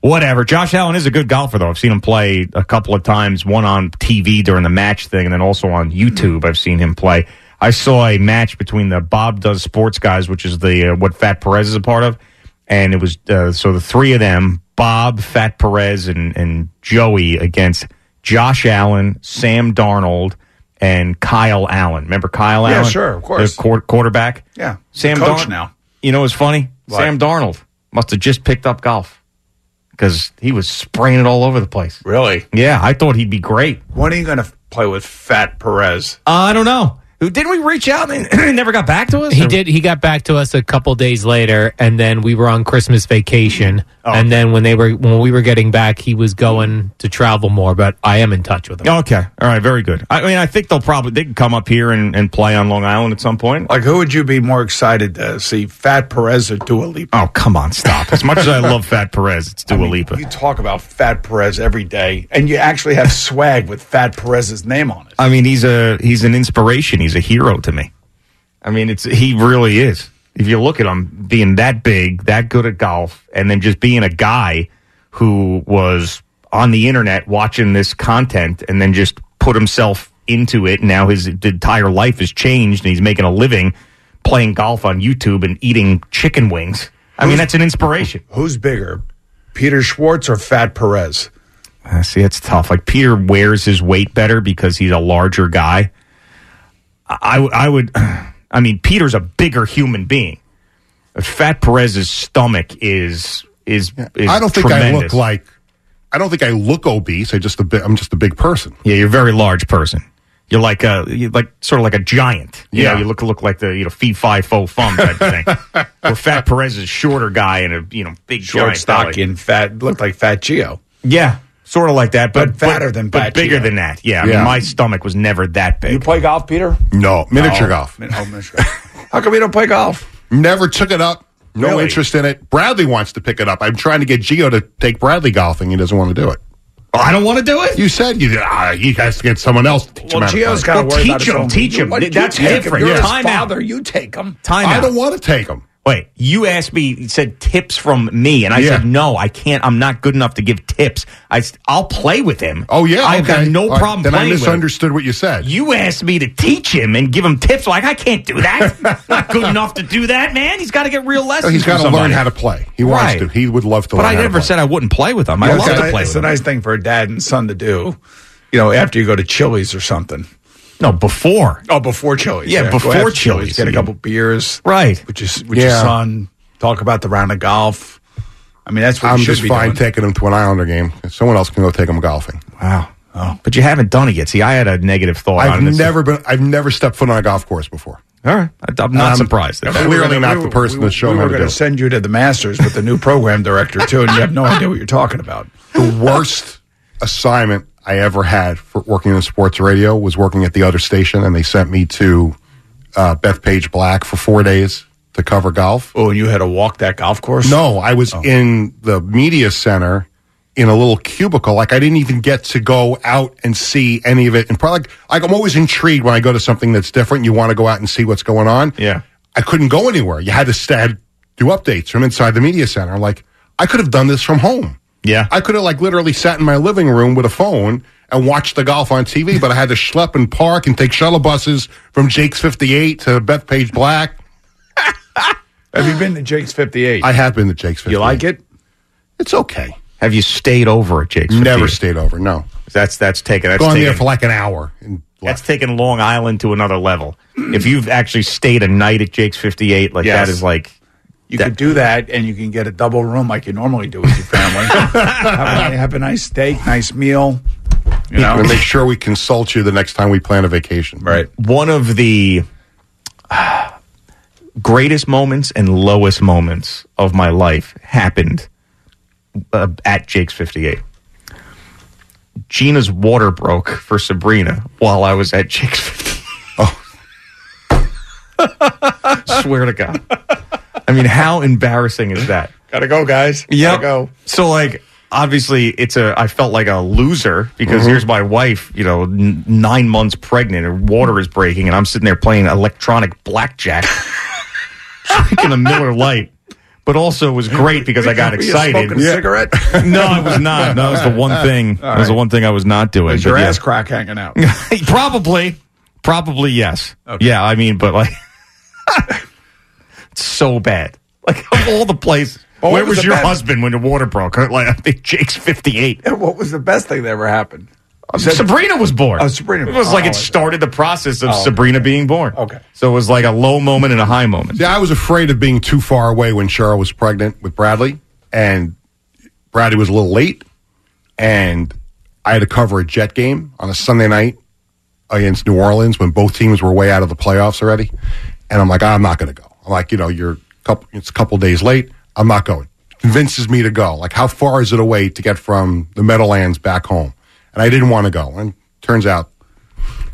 Speaker 2: whatever. Josh Allen is a good golfer, though. I've seen him play a couple of times, one on TV during the match thing, and then also on YouTube. I've seen him play. I saw a match between the Bob Does Sports guys, which is the uh, what Fat Perez is a part of. And it was uh, so the three of them Bob, Fat Perez, and, and Joey against Josh Allen, Sam Darnold, and Kyle Allen. Remember Kyle
Speaker 3: Yeah,
Speaker 2: Allen?
Speaker 3: sure, of course.
Speaker 2: The quar- quarterback.
Speaker 3: yeah
Speaker 2: Sam
Speaker 3: coach
Speaker 2: Darn-
Speaker 3: now.
Speaker 2: You know what's funny? Sam Darnold must have just picked up golf because he was spraying it all over the place.
Speaker 3: Really?
Speaker 2: Yeah, I thought he'd be great. Uh,
Speaker 3: When are you going to play with Fat Perez?
Speaker 2: I don't know. Who Didn't we reach out and he never got back to us?
Speaker 5: He did. He got back to us a couple days later, and then we were on Christmas vacation.
Speaker 6: Oh,
Speaker 5: And then when they were when we were getting back, he was going to travel more. But I am in touch with him.
Speaker 2: Okay. All right. Very good. I mean, I think they'll probably they can come up here and, and play on Long Island at some point.
Speaker 3: Like, who would you be more excited to see, Fat Perez or Dua Lipa?
Speaker 2: Oh, come on, stop. As much as I love Fat Perez, it's Dua Lipa.
Speaker 3: You talk about Fat Perez every day, and you actually have swag with Fat Perez's name on it.
Speaker 2: I mean, he's a he's an inspiration. He's a hero to me. I mean, it's he really is. If you look at him being that big, that good at golf, and then just being a guy who was on the internet watching this content and then just put himself into it. Now his entire life has changed, and he's making a living playing golf on YouTube and eating chicken wings. I mean, that's an inspiration.
Speaker 3: Who's bigger, Peter Schwartz or Fat Perez?
Speaker 2: I see it's tough. Like Peter wears his weight better because he's a larger guy. I, I w- I would, I mean, Peter's a bigger human being. Fat Perez's stomach is is. is
Speaker 8: I don't think I look
Speaker 2: tremendous.
Speaker 8: like. I don't think I look obese. I just a bit. I'm just a big person.
Speaker 2: Yeah, you're a very large person. You're like a you're like sort of like a giant. You
Speaker 8: Yeah.
Speaker 2: know, you look look like the you know fee fi fo fum type of thing. Where Fat Perez is a shorter guy and a you know big
Speaker 3: Short,
Speaker 2: giant
Speaker 3: stocky,
Speaker 2: belly.
Speaker 3: and fat. Looked like Fat Geo.
Speaker 2: Yeah, sort of like that, but,
Speaker 3: But fatter than
Speaker 2: but
Speaker 3: Fat
Speaker 2: bigger
Speaker 3: Gio.
Speaker 2: than that. Yeah, I
Speaker 3: Yeah.
Speaker 2: mean, my stomach was never that big.
Speaker 3: You play golf, Peter?
Speaker 8: No, miniature
Speaker 3: No.
Speaker 8: golf.
Speaker 3: Min- oh, miniature golf. How come you don't play golf?
Speaker 8: Never took it up. No
Speaker 3: Really?
Speaker 8: interest in it. Bradley wants to pick it up. I'm trying to get Geo to take Bradley golfing. He doesn't want to do it.
Speaker 3: Oh,
Speaker 2: I don't want to do it.
Speaker 8: You said you. Ah, he has to get someone else to teach
Speaker 3: Well,
Speaker 8: him. how to
Speaker 3: Geo's
Speaker 8: play.
Speaker 3: got to worry about
Speaker 2: teach
Speaker 3: his
Speaker 2: him,
Speaker 3: own-
Speaker 2: teach
Speaker 3: You-
Speaker 2: him.
Speaker 3: what- you
Speaker 2: That's
Speaker 3: take him.
Speaker 2: different.
Speaker 3: You're his
Speaker 2: Time out.
Speaker 3: father. You take him.
Speaker 2: Time
Speaker 8: I
Speaker 2: out.
Speaker 8: don't want to take him.
Speaker 2: Wait, you asked me, you said tips from me, and I
Speaker 8: Yeah.
Speaker 2: said, no, I can't. I'm not good enough to give tips. I, will play with him.
Speaker 8: Oh yeah,
Speaker 2: I've
Speaker 8: okay.
Speaker 2: got no
Speaker 8: All right,
Speaker 2: problem
Speaker 8: Then I
Speaker 2: playing with him.
Speaker 8: misunderstood what you said.
Speaker 2: You asked me to teach him and give him tips. Like, I can't do that. not good enough to do that, man. He's got to get
Speaker 3: Oh,
Speaker 2: real
Speaker 8: No,
Speaker 2: lessons.
Speaker 8: he's got
Speaker 2: from
Speaker 8: to learn
Speaker 2: somebody.
Speaker 8: how to play. He wants
Speaker 2: Right.
Speaker 8: to. He would love to.
Speaker 2: But
Speaker 8: learn
Speaker 2: I
Speaker 8: how to
Speaker 2: never
Speaker 8: play.
Speaker 2: said I wouldn't play with him. I love
Speaker 3: It's a
Speaker 2: to
Speaker 3: ni-
Speaker 2: play
Speaker 3: It's
Speaker 2: with
Speaker 3: a
Speaker 2: him.
Speaker 3: nice thing for a dad and son to do. You know, after you go to Chili's or something.
Speaker 2: No, before.
Speaker 3: Oh, before Chili's.
Speaker 2: Yeah,
Speaker 3: go
Speaker 2: before
Speaker 3: after
Speaker 2: Chili's.
Speaker 3: Get a couple beers.
Speaker 2: Right.
Speaker 3: With your, with your
Speaker 8: Yeah.
Speaker 3: son. Talk about the round of golf. I mean, that's what
Speaker 8: I'm
Speaker 3: you should
Speaker 8: just
Speaker 3: be
Speaker 8: fine
Speaker 3: doing.
Speaker 8: taking him to an Islander game. Someone else can go take him golfing.
Speaker 2: Wow. Oh. But you haven't done it yet. See, I had a negative thought
Speaker 8: I've
Speaker 2: on this.
Speaker 8: never been. I've never stepped foot on a golf course before.
Speaker 2: All right. I, am not
Speaker 8: Um,
Speaker 2: surprised.
Speaker 8: we were Clearly not the person
Speaker 3: we,
Speaker 8: that's showing
Speaker 3: We
Speaker 8: how
Speaker 3: were
Speaker 8: to
Speaker 3: gonna
Speaker 8: do it.
Speaker 3: send you to the Masters with the new program director, too, and you have no idea what you're talking about.
Speaker 8: The worst assignment I ever had for working in sports radio was working at the other station, and they sent me to uh, Beth Page Black for four days to cover golf.
Speaker 3: Oh, and you had to walk that golf course? Oh.
Speaker 8: No, I was in the media center in a little cubicle. Like I didn't even get to go out and see any of it. And probably, like, I'm always intrigued when I go to something that's different. You want to go out and see what's going on.
Speaker 3: Yeah.
Speaker 8: I couldn't go anywhere. You had to stand, do updates from inside the media center. I'm like, I could have done this from home.
Speaker 3: Yeah.
Speaker 8: I could have like literally sat in my living room with a phone and watched the golf on TV, but I had to schlep and park and take shuttle buses from Jake's 58 to Bethpage Black.
Speaker 3: Have you been to Jake's 58?
Speaker 8: I have been to Jake's 58.
Speaker 3: You like it?
Speaker 8: It's okay.
Speaker 2: Have you stayed over at Jake's?
Speaker 8: Never
Speaker 2: 58?
Speaker 8: stayed over. No.
Speaker 2: That's that's taken. That's
Speaker 8: Gone
Speaker 2: taken,
Speaker 8: there for like an hour. And
Speaker 2: that's taken Long Island to another level. if you've actually stayed a night at Jake's 58, like
Speaker 3: Yes.
Speaker 2: that is like
Speaker 3: You could do that, and you can get a double room like you normally do with your family. have, a, have a nice steak, nice meal. You know,
Speaker 8: And make sure we consult you the next time we plan a vacation.
Speaker 3: Right.
Speaker 2: one of the ah, greatest moments and lowest moments of my life happened uh, at Jake's 58. Gina's water broke for Sabrina while I was at Jake's 58. Oh. Swear to God. I mean, how embarrassing is that?
Speaker 3: gotta go, guys.
Speaker 2: Yeah.
Speaker 3: Gotta go.
Speaker 2: So like obviously it's a I felt like a loser because
Speaker 3: Mm-hmm.
Speaker 2: here's my wife, you know, n- 9 months pregnant and water is breaking and I'm sitting there playing electronic blackjack drinking a Miller Light. But also it was great because I got
Speaker 3: Were you
Speaker 2: excited.
Speaker 3: Smoking a cigarette?
Speaker 2: No, I was not. No, that was the one thing.
Speaker 3: All
Speaker 2: That was the
Speaker 3: right.
Speaker 2: one thing I was not doing.
Speaker 3: Was your
Speaker 2: But yeah.
Speaker 3: ass crack hanging out?
Speaker 2: Probably. Probably yes. Yeah, I mean, but like it's so bad. Like of all the places.
Speaker 3: Well,
Speaker 2: Where
Speaker 3: what Oh, was
Speaker 2: was
Speaker 3: the
Speaker 2: your
Speaker 3: best?
Speaker 2: husband when your water broke? Like I think Jake's fifty eight.
Speaker 3: And what was the best thing that ever happened?
Speaker 2: Sabrina was born.
Speaker 3: Oh, Sabrina.
Speaker 2: It was like
Speaker 3: Oh,
Speaker 2: it started the process of
Speaker 3: Oh, okay.
Speaker 2: Sabrina being born.
Speaker 3: Okay.
Speaker 2: So it was like a low moment and a high moment.
Speaker 8: Yeah, I was afraid of being too far away when Cheryl was pregnant with Bradley, and Bradley was a little late, and I had to cover a jet game on a Sunday night against New Orleans when both teams were way out of the playoffs already, and I'm like, I'm not going to go. I'm like, you know, you're a couple, it's a couple days late. I'm not going. Convinces me to go. Like, how far is it away to get from the Meadowlands back home? And I didn't want to go. And turns out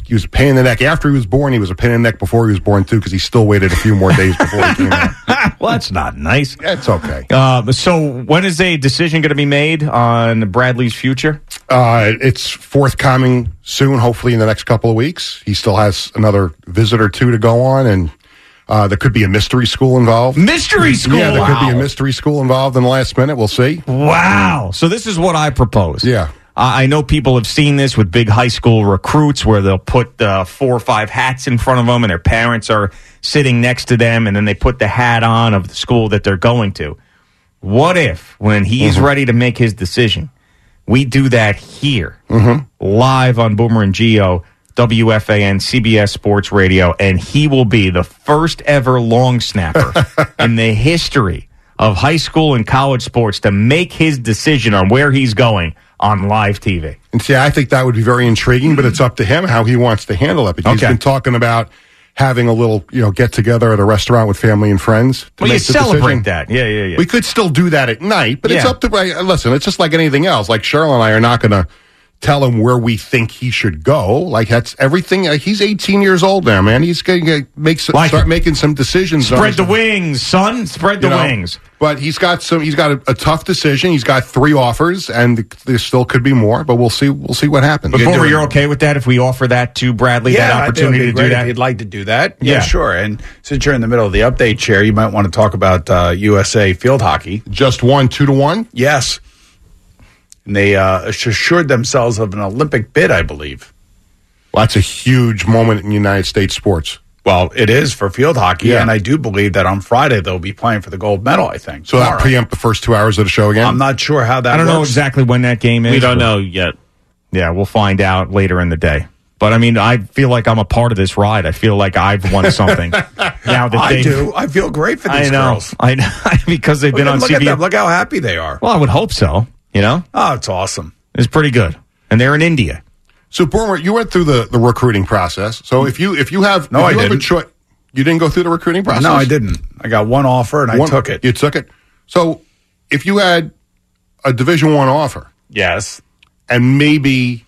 Speaker 8: he was a pain in the neck after he was born. He was a pain in the neck before he was born too, because he still waited a few more days before he came out.
Speaker 2: well, that's not nice.
Speaker 8: That's okay.
Speaker 2: Uh, so when is a decision going to be made on Bradley's future?
Speaker 8: Uh, it's forthcoming soon, hopefully in the next couple of weeks. He still has another visit or two to go on, and uh, there could be a mystery school involved.
Speaker 2: Mystery school.
Speaker 8: Yeah, there could be a
Speaker 2: Wow.
Speaker 8: mystery school involved in the last minute. We'll see.
Speaker 2: Wow. So this is what I propose.
Speaker 8: Yeah.
Speaker 2: I I know people have seen this with big high school recruits where they'll put uh, four or five hats in front of them and their parents are sitting next to them and then they put the hat on of the school that they're going to. What if, when he is ready to make his decision, we do that here,
Speaker 8: Mm-hmm.
Speaker 2: live on Boomer and Geo, WFAN, CBS Sports Radio, and he will be the first ever long snapper in the history of high school and college sports to make his decision on where he's going on live TV.
Speaker 8: And see, I think that would be very intriguing, but it's up to him how he wants to handle it. Because he's
Speaker 2: Okay.
Speaker 8: been talking about having a little, you know, get together at a restaurant with family and friends. To
Speaker 2: Well, you
Speaker 8: make the
Speaker 2: celebrate
Speaker 8: decision.
Speaker 2: that. Yeah, yeah, yeah.
Speaker 8: We could still do that at night, but it's
Speaker 2: Yeah.
Speaker 8: up to. I- uh, Listen, it's just like anything else. Like Cheryl and I are not going to tell him where we think he should go. Like that's everything. Like, he's 18 years old now, man. He's going to make some,
Speaker 2: Like
Speaker 8: start
Speaker 2: it.
Speaker 8: making some decisions. on
Speaker 2: Spread
Speaker 8: his-
Speaker 2: the wings, son. Spread the
Speaker 8: you know?
Speaker 2: wings.
Speaker 8: But he's got some. He's got a, a tough decision. He's got three offers, and there still could be more. But we'll see. We'll see what happens.
Speaker 2: But Boomer, you're okay with that if we offer that to Bradley, that
Speaker 3: I think it'd
Speaker 2: opportunity
Speaker 3: be
Speaker 2: to
Speaker 3: great
Speaker 2: do
Speaker 3: if
Speaker 2: that?
Speaker 3: You'd like to do that?
Speaker 2: Yeah.
Speaker 3: sure. And since you're in the middle of the update chair, you might want to talk about uh, USA field hockey.
Speaker 8: just one, two to one.
Speaker 3: Yes. And they uh, assured themselves of an Olympic bid, I believe.
Speaker 8: Well, that's a huge moment in United States sports.
Speaker 3: Well, it is for field hockey,
Speaker 8: Yeah.
Speaker 3: and I do believe that on Friday they'll be playing for the gold medal. I think.
Speaker 8: So that
Speaker 3: Tomorrow.
Speaker 8: preempt the first two hours of the show again.
Speaker 3: I'm not sure how that.
Speaker 2: I don't know
Speaker 3: works.
Speaker 2: exactly when that game is.
Speaker 6: We don't
Speaker 2: but-
Speaker 6: know yet.
Speaker 2: Yeah, we'll find out later in the day. But I mean, I feel like I'm a part of this ride. I feel like I've won something. now that
Speaker 3: I
Speaker 2: they,
Speaker 3: do. I feel great for
Speaker 2: I
Speaker 3: these
Speaker 2: know.
Speaker 3: girls.
Speaker 2: I know because they've
Speaker 3: Look,
Speaker 2: been
Speaker 3: at-
Speaker 2: on
Speaker 3: look at them.
Speaker 2: CBS.
Speaker 3: Look how happy they are.
Speaker 2: Well, I would hope so. You know,
Speaker 3: Oh, it's awesome.
Speaker 2: it's pretty good, and they're in India.
Speaker 8: So, Boomer, you went through the, the recruiting process. So, if you if you have
Speaker 3: No,
Speaker 8: if
Speaker 3: I
Speaker 8: you Have a
Speaker 3: didn't.
Speaker 8: choi- you didn't go through the recruiting process.
Speaker 3: No, I didn't. I got one offer and
Speaker 8: One-
Speaker 3: I took it.
Speaker 8: You took it. So, if you had a Division One offer
Speaker 3: yes.
Speaker 8: and maybe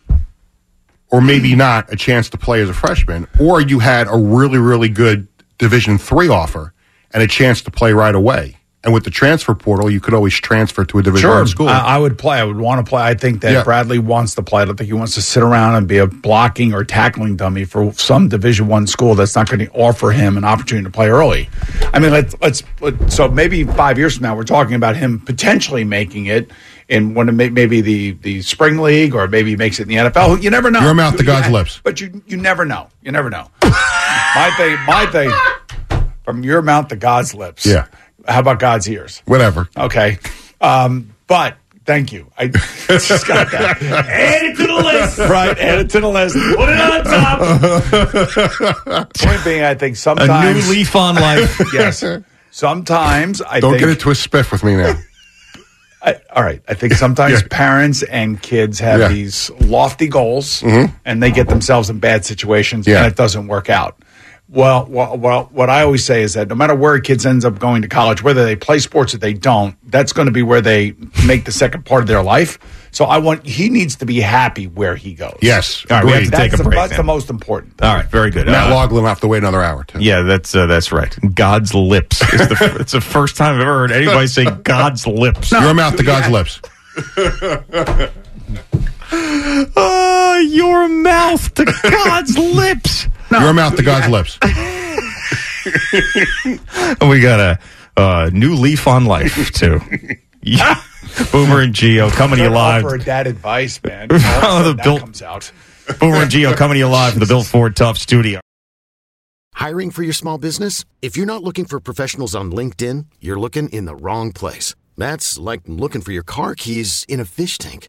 Speaker 8: or maybe not a chance to play as a freshman, or you had a really, really good Division three offer and a chance to play right away. And with the transfer portal, you could always transfer to a Division
Speaker 3: sure.
Speaker 8: one school.
Speaker 3: I, I would play. I would want to play. I think that
Speaker 8: Yeah.
Speaker 3: Bradley wants to play. I don't think he wants to sit around and be a blocking or tackling dummy for some Division One school that's not going to offer him an opportunity to play early. I mean, let's, let's let- so maybe five years from now we're talking about him potentially making it in one of may- maybe the the spring league or maybe he makes it in the NFL. You never know.
Speaker 8: Your mouth to
Speaker 3: You- you-
Speaker 8: God's lips.
Speaker 3: But you you never know. You never know. my thing. My thing. From your mouth to God's lips.
Speaker 8: Yeah.
Speaker 3: How about God's ears?
Speaker 8: Whatever.
Speaker 3: Okay. Um, but thank you. I just got that. add it to the list. Right. Add it to the list. Put it on top. Point being, I think sometimes.
Speaker 8: leaf on life.
Speaker 3: yes. Sometimes I
Speaker 8: Don't
Speaker 3: think.
Speaker 8: get into a spiff with me now.
Speaker 3: I, all right. I think sometimes parents and kids have
Speaker 8: Yeah.
Speaker 3: these lofty goals
Speaker 8: Mhm.
Speaker 3: and they get themselves in bad situations
Speaker 8: Yeah.
Speaker 3: and it doesn't work out. Well, well, well, what I always say is that no matter where a kid ends up going to college, whether they play sports or they don't, that's going to be where they make the second part of their life. So I want he needs to be happy where he goes.
Speaker 8: Yes,
Speaker 3: All right,
Speaker 8: agreed.
Speaker 3: that's
Speaker 8: Take a
Speaker 3: the,
Speaker 8: break
Speaker 3: That's
Speaker 8: then.
Speaker 3: the most important.
Speaker 2: All right, very good.
Speaker 8: Matt
Speaker 2: Uh,
Speaker 8: Loughlin will have to wait another hour. Too.
Speaker 2: Yeah, that's uh, that's right. God's lips. It's the, it's the first time I've ever heard anybody say God's lips.
Speaker 8: Your mouth to God's lips.
Speaker 2: Uh, your mouth to God's lips.
Speaker 8: Your mouth to God's lips.
Speaker 2: we got a uh, new leaf on life too. Yeah. Boomer and Geo coming to you
Speaker 3: Don't
Speaker 2: live.
Speaker 3: offer dad advice, man.
Speaker 2: Oh,
Speaker 3: All of a
Speaker 2: the
Speaker 3: sudden
Speaker 2: built-
Speaker 3: that comes out.
Speaker 2: Boomer and Geo coming to you live from the Built Ford Tough Studio.
Speaker 1: Hiring for your small business? If you're not looking for professionals on LinkedIn, you're looking in the wrong place. That's like looking for your car keys in a fish tank.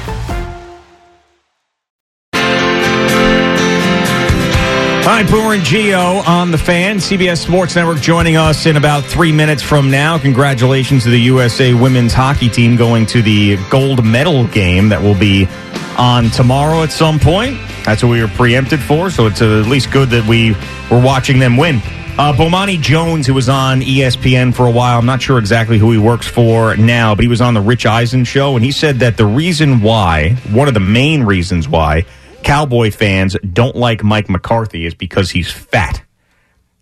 Speaker 2: All right, Boomer and Geo on the fan. CBS Sports Network joining us in about three minutes from now. Congratulations to the USA women's hockey team going to the gold medal game that will be on tomorrow at some point. That's what we were preempted for, so it's uh, at least good that we were watching them win. Uh, Bomani Jones, who was on E ESPN for a while, I'm not sure exactly who he works for now, but he was on the Rich Eisen show, and he said that the reason why, one of the main reasons why, Cowboy fans don't like Mike McCarthy is because he's fat.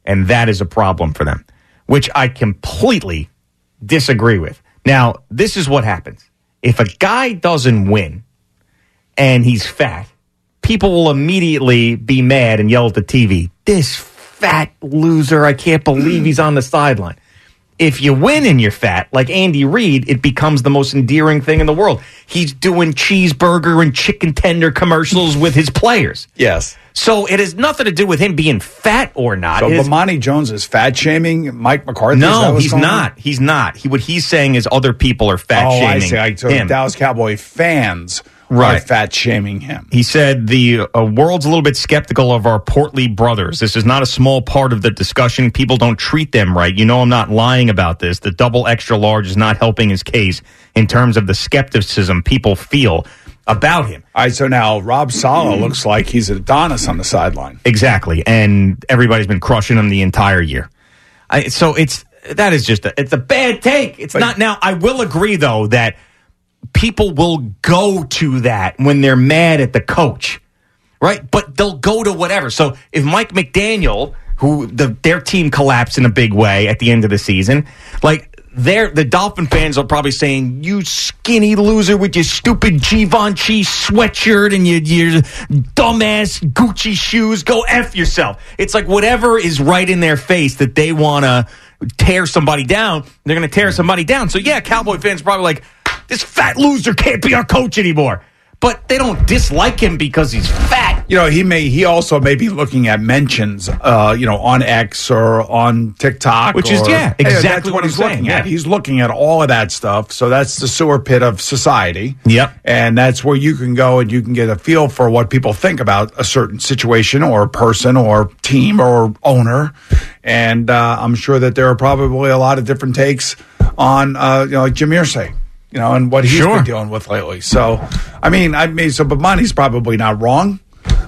Speaker 2: And that is a problem for them, which I completely disagree with. Now, this is what happens. If a guy doesn't win and he's fat, people will immediately be mad and yell at the TV, This fat loser, I can't believe he's on the sideline. If you win and you're fat, like Andy Reid, it becomes the most endearing thing in the world. He's doing cheeseburger and chicken tender commercials with his players.
Speaker 3: Yes.
Speaker 2: So it has nothing to do with him being fat or not.
Speaker 3: So
Speaker 2: It is-
Speaker 3: Bomani Jones is fat shaming Mike McCarthy. Is that
Speaker 2: no,
Speaker 3: what's
Speaker 2: he's
Speaker 3: going on?
Speaker 2: not. He's not. He what he's saying is other people are fat
Speaker 3: oh, I
Speaker 2: shaming
Speaker 3: see. I, so
Speaker 2: him.
Speaker 3: Dallas Cowboy fans are
Speaker 2: Right.
Speaker 3: fat shaming him.
Speaker 2: He said the uh, world's a little bit skeptical of our portly brothers. This is not a small part of the discussion. People don't treat them right. You know, I'm not lying about this. The double extra large is not helping his case in terms of the skepticism people feel about him.
Speaker 3: All right, so now Rob Sala looks like he's an Adonis on the sideline.
Speaker 2: Exactly. And everybody's been crushing him the entire year. I, so it's that is just a, it's a bad take. It's not now. I will agree though that people will go to that when they're mad at the coach, right? But they'll go to whatever. So if Mike McDaniel, who the, their team collapsed in a big way at the end of the season, like. They're, the Dolphin fans are probably saying, "You skinny loser with your stupid Givenchy sweatshirt and your, your dumbass Gucci shoes, go f yourself." It's like whatever is right in their face that they want to tear somebody down, they're going to tear somebody down. So yeah, Cowboy fans probably like, "This fat loser can't be our coach anymore." But they don't dislike him because he's fat.
Speaker 3: You know, he may he also may be looking at mentions, uh, you know, on X or on TikTok,
Speaker 2: Which is,
Speaker 3: or-
Speaker 2: yeah,
Speaker 3: Hey, that's
Speaker 2: exactly what
Speaker 3: he's
Speaker 2: I'm saying,
Speaker 3: looking at.
Speaker 2: yeah.
Speaker 3: He's looking at all of that stuff. So that's the sewer pit of society.
Speaker 2: Yep.
Speaker 3: and that's where you can go and you can get a feel for what people think about a certain situation or person or team or owner. And uh, I'm sure that there are probably a lot of different takes on, uh, you know, like Jim Irsay, you know, and what he's
Speaker 2: Sure.
Speaker 3: been dealing with lately. So, I mean, I mean, so Bamani's probably not wrong,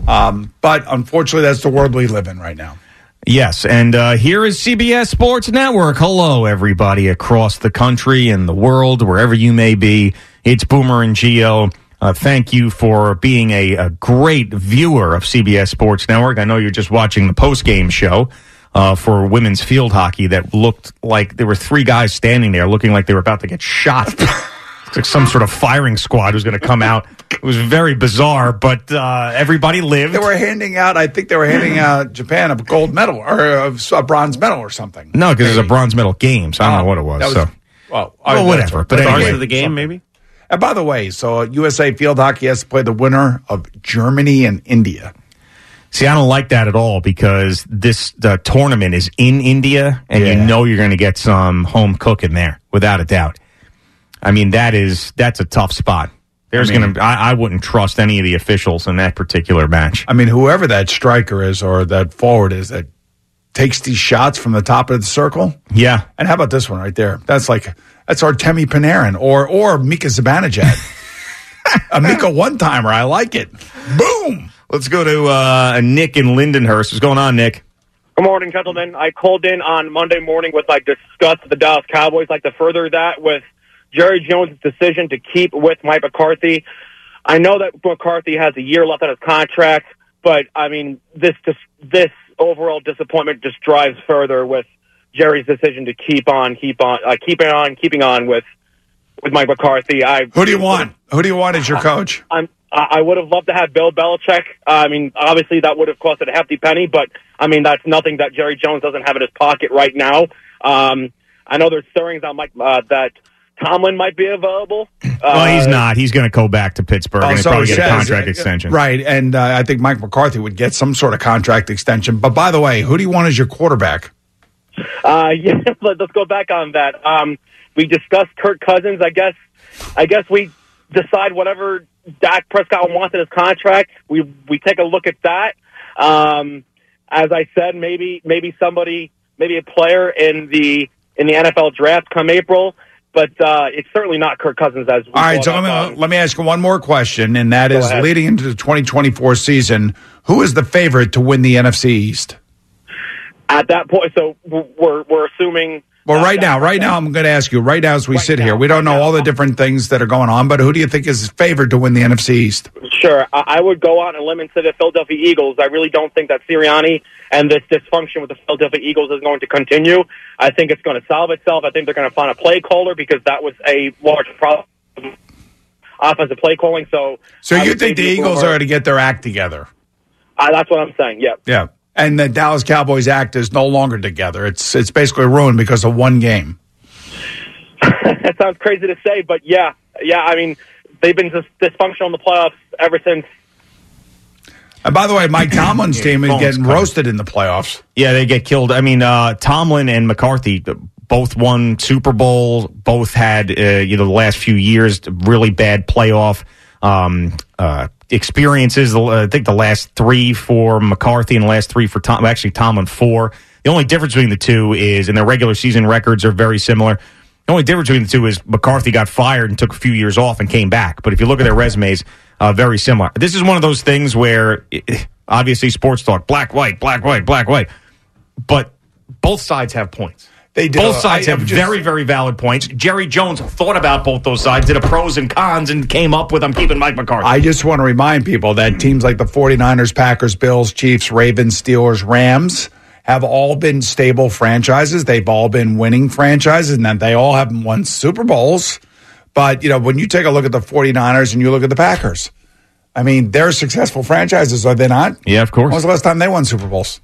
Speaker 3: um, but unfortunately, that's the world we live in right now.
Speaker 2: Yes, and uh, here is CBS Sports Network. Hello, everybody across the country and the world, wherever you may be. It's Boomer and Geo. Uh, thank you for being a, a great viewer of CBS Sports Network. I know you're just watching the post game show uh, for women's field hockey that looked like there were three guys standing there looking like they were about to get shot. It's like some sort of firing squad was going to come out. It was very bizarre, but uh, everybody lived. Hmm.
Speaker 3: They were handing out, I think they were handing out Japan a gold medal or a, a bronze medal or something.
Speaker 2: No, because it was a bronze medal game, so I don't know what it was.
Speaker 3: Oh, That was-
Speaker 2: so
Speaker 3: Well,
Speaker 2: Well,
Speaker 3: that's
Speaker 2: whatever,
Speaker 3: right.
Speaker 2: but
Speaker 3: That's
Speaker 2: anyway.
Speaker 3: ours of the game, maybe. And by the way, so uh, USA field hockey has to play the winner of Germany and India.
Speaker 2: See, I don't like that at all because this the tournament is in India, and you know you're going to get some home cooking there, without a doubt. I mean, that is that's a tough spot. There's
Speaker 3: I mean-
Speaker 2: going to I, I wouldn't trust any of the officials in that particular match.
Speaker 3: I mean, whoever that striker is or that forward is that takes these shots from the top of the circle.
Speaker 2: Yeah.
Speaker 3: And how about this one right there? That's like that's Artemi Panarin or or Mika Zibanejad. a Mika one timer. I like it. Boom.
Speaker 2: Let's go to uh, Nick and Lindenhurst. What's going on, Nick?
Speaker 13: Good morning, gentlemen. I called in on Monday morning with like discuss the Dallas Cowboys, like to further that with Jerry Jones' decision to keep with Mike McCarthy. I know that McCarthy has a year left on his contract, but I mean this dis- this overall disappointment just drives further with Jerry's decision to keep on, keep on, uh, keeping on, keeping on with with Mike McCarthy. I
Speaker 3: Who do you want? Who do you want as your coach?
Speaker 13: I'm, I I would have loved to have Bill Belichick. Uh, I mean, obviously that would have cost it a hefty penny, but I mean that's nothing that Jerry Jones doesn't have in his pocket right now. Um, I know there's stirrings on Mike uh, that Tomlin might be available. Uh,
Speaker 2: well, he's not. He's going to go back to Pittsburgh, and he'll
Speaker 3: Also,
Speaker 2: probably
Speaker 3: it
Speaker 2: get a
Speaker 3: Oh, says- uh,
Speaker 2: contract extension.
Speaker 3: Right. And uh, I think Mike McCarthy would get some sort of contract extension. But by the way, who do you want as your quarterback?
Speaker 13: Uh, yeah, but let's go back on that. Um, we discussed Kirk Cousins. I guess, I guess we decide whatever Dak Prescott wants in his contract. We we take a look at that. Um, as I said, maybe maybe somebody, maybe a player in the in the NFL draft come April, but uh, it's certainly not Kirk Cousins as we
Speaker 3: All right.
Speaker 13: brought
Speaker 3: So
Speaker 13: up
Speaker 3: let
Speaker 13: on-
Speaker 3: me, let me ask you one more question, and that
Speaker 13: Go
Speaker 3: is
Speaker 13: ahead.
Speaker 3: leading into the 2024 season, who is the favorite to win the NFC East? uh,
Speaker 13: at that point. So we're we're assuming
Speaker 3: Well, right now, right now, I'm going to ask you right now as we sit here. We don't know all the different things that are going on, but who do you think is favored to win the NFC East?
Speaker 13: Sure, I, I would go out and limb and say the Philadelphia Eagles. I really don't think that Sirianni and this dysfunction with the Philadelphia Eagles is going to continue. I think it's going to solve itself. I think they're going to find a play caller because that was a large problem offensive play calling. So,
Speaker 3: So
Speaker 13: I
Speaker 3: you
Speaker 13: would
Speaker 3: think the
Speaker 13: say people
Speaker 3: Eagles are going to get their act together?
Speaker 13: Uh, that's what I'm saying. Yeah.
Speaker 3: Yeah. And the Dallas Cowboys act is no longer together. It's it's basically ruined because of one game.
Speaker 13: that sounds crazy to say, but yeah, yeah. I mean, they've been dis- dysfunctional in the playoffs ever since.
Speaker 3: And by the way, Mike Tomlin's team is
Speaker 2: Phone's
Speaker 3: getting
Speaker 2: coming.
Speaker 3: roasted in the playoffs.
Speaker 2: Yeah, they get killed. I mean, uh, Tomlin and McCarthy uh, both won Super Bowl. Both had uh, you know the last few years really bad playoff um, uh, experiences. The- I think the last three for McCarthy and the last three for Tom. Actually, Tomlin four. The only difference between the two is, and their regular season records are very similar. The only difference between the two is McCarthy got fired and took a few years off and came back. But if you look at their resumes, uh, very similar. This is one of those things where eh, obviously sports talk, black, white, black, white, black, white. But both sides have points.
Speaker 3: They do.
Speaker 2: Both sides
Speaker 3: I-
Speaker 2: have
Speaker 3: I'm just-
Speaker 2: very, very valid points. Jerry Jones thought about both those sides, did a pros and cons, and came up with I'm keeping Mike McCarthy.
Speaker 3: I just want to remind people that teams like the 49ers, Packers, Bills, Chiefs, Ravens, Steelers, Rams have all been stable franchises. They've all been winning franchises and that they all haven't won Super Bowls. But, you know, when you take a look at the 49ers and you look at the Packers, I mean, they're successful franchises, are they not?
Speaker 2: yeah, of course.
Speaker 3: When was the last time they won Super Bowls?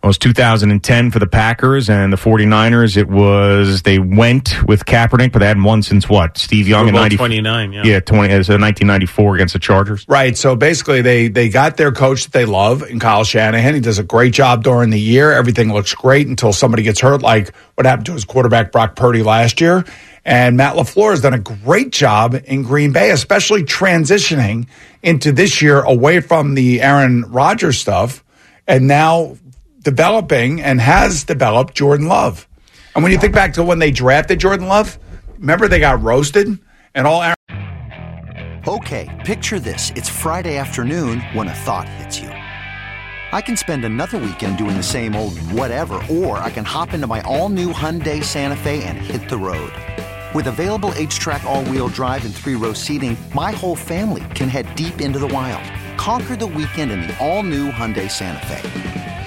Speaker 2: It was 2010 for the Packers and the 49ers. It was they went with Kaepernick, but they hadn't won since what? Steve Young
Speaker 6: Super
Speaker 2: in
Speaker 6: Bowl
Speaker 2: 90,
Speaker 6: 29, yeah.
Speaker 2: yeah, 20, uh, so 1994 against the Chargers.
Speaker 3: Right. So basically, they they got their coach that they love, and Kyle Shanahan. He does a great job during the year. Everything looks great until somebody gets hurt, like what happened to his quarterback Brock Purdy last year. And Matt Lafleur has done a great job in Green Bay, especially transitioning into this year away from the Aaron Rodgers stuff, and now developing and has developed Jordan Love. And when you think back to when they drafted Jordan Love, remember they got roasted, and all Aaron.
Speaker 14: Okay, picture this. It's Friday afternoon when a thought hits you. I can spend another weekend doing the same old whatever, or I can hop into my all new Hyundai Santa Fe and hit the road. With available H track, all wheel drive, and three row seating, my whole family can head deep into the wild. Conquer the weekend in the all new Hyundai Santa Fe.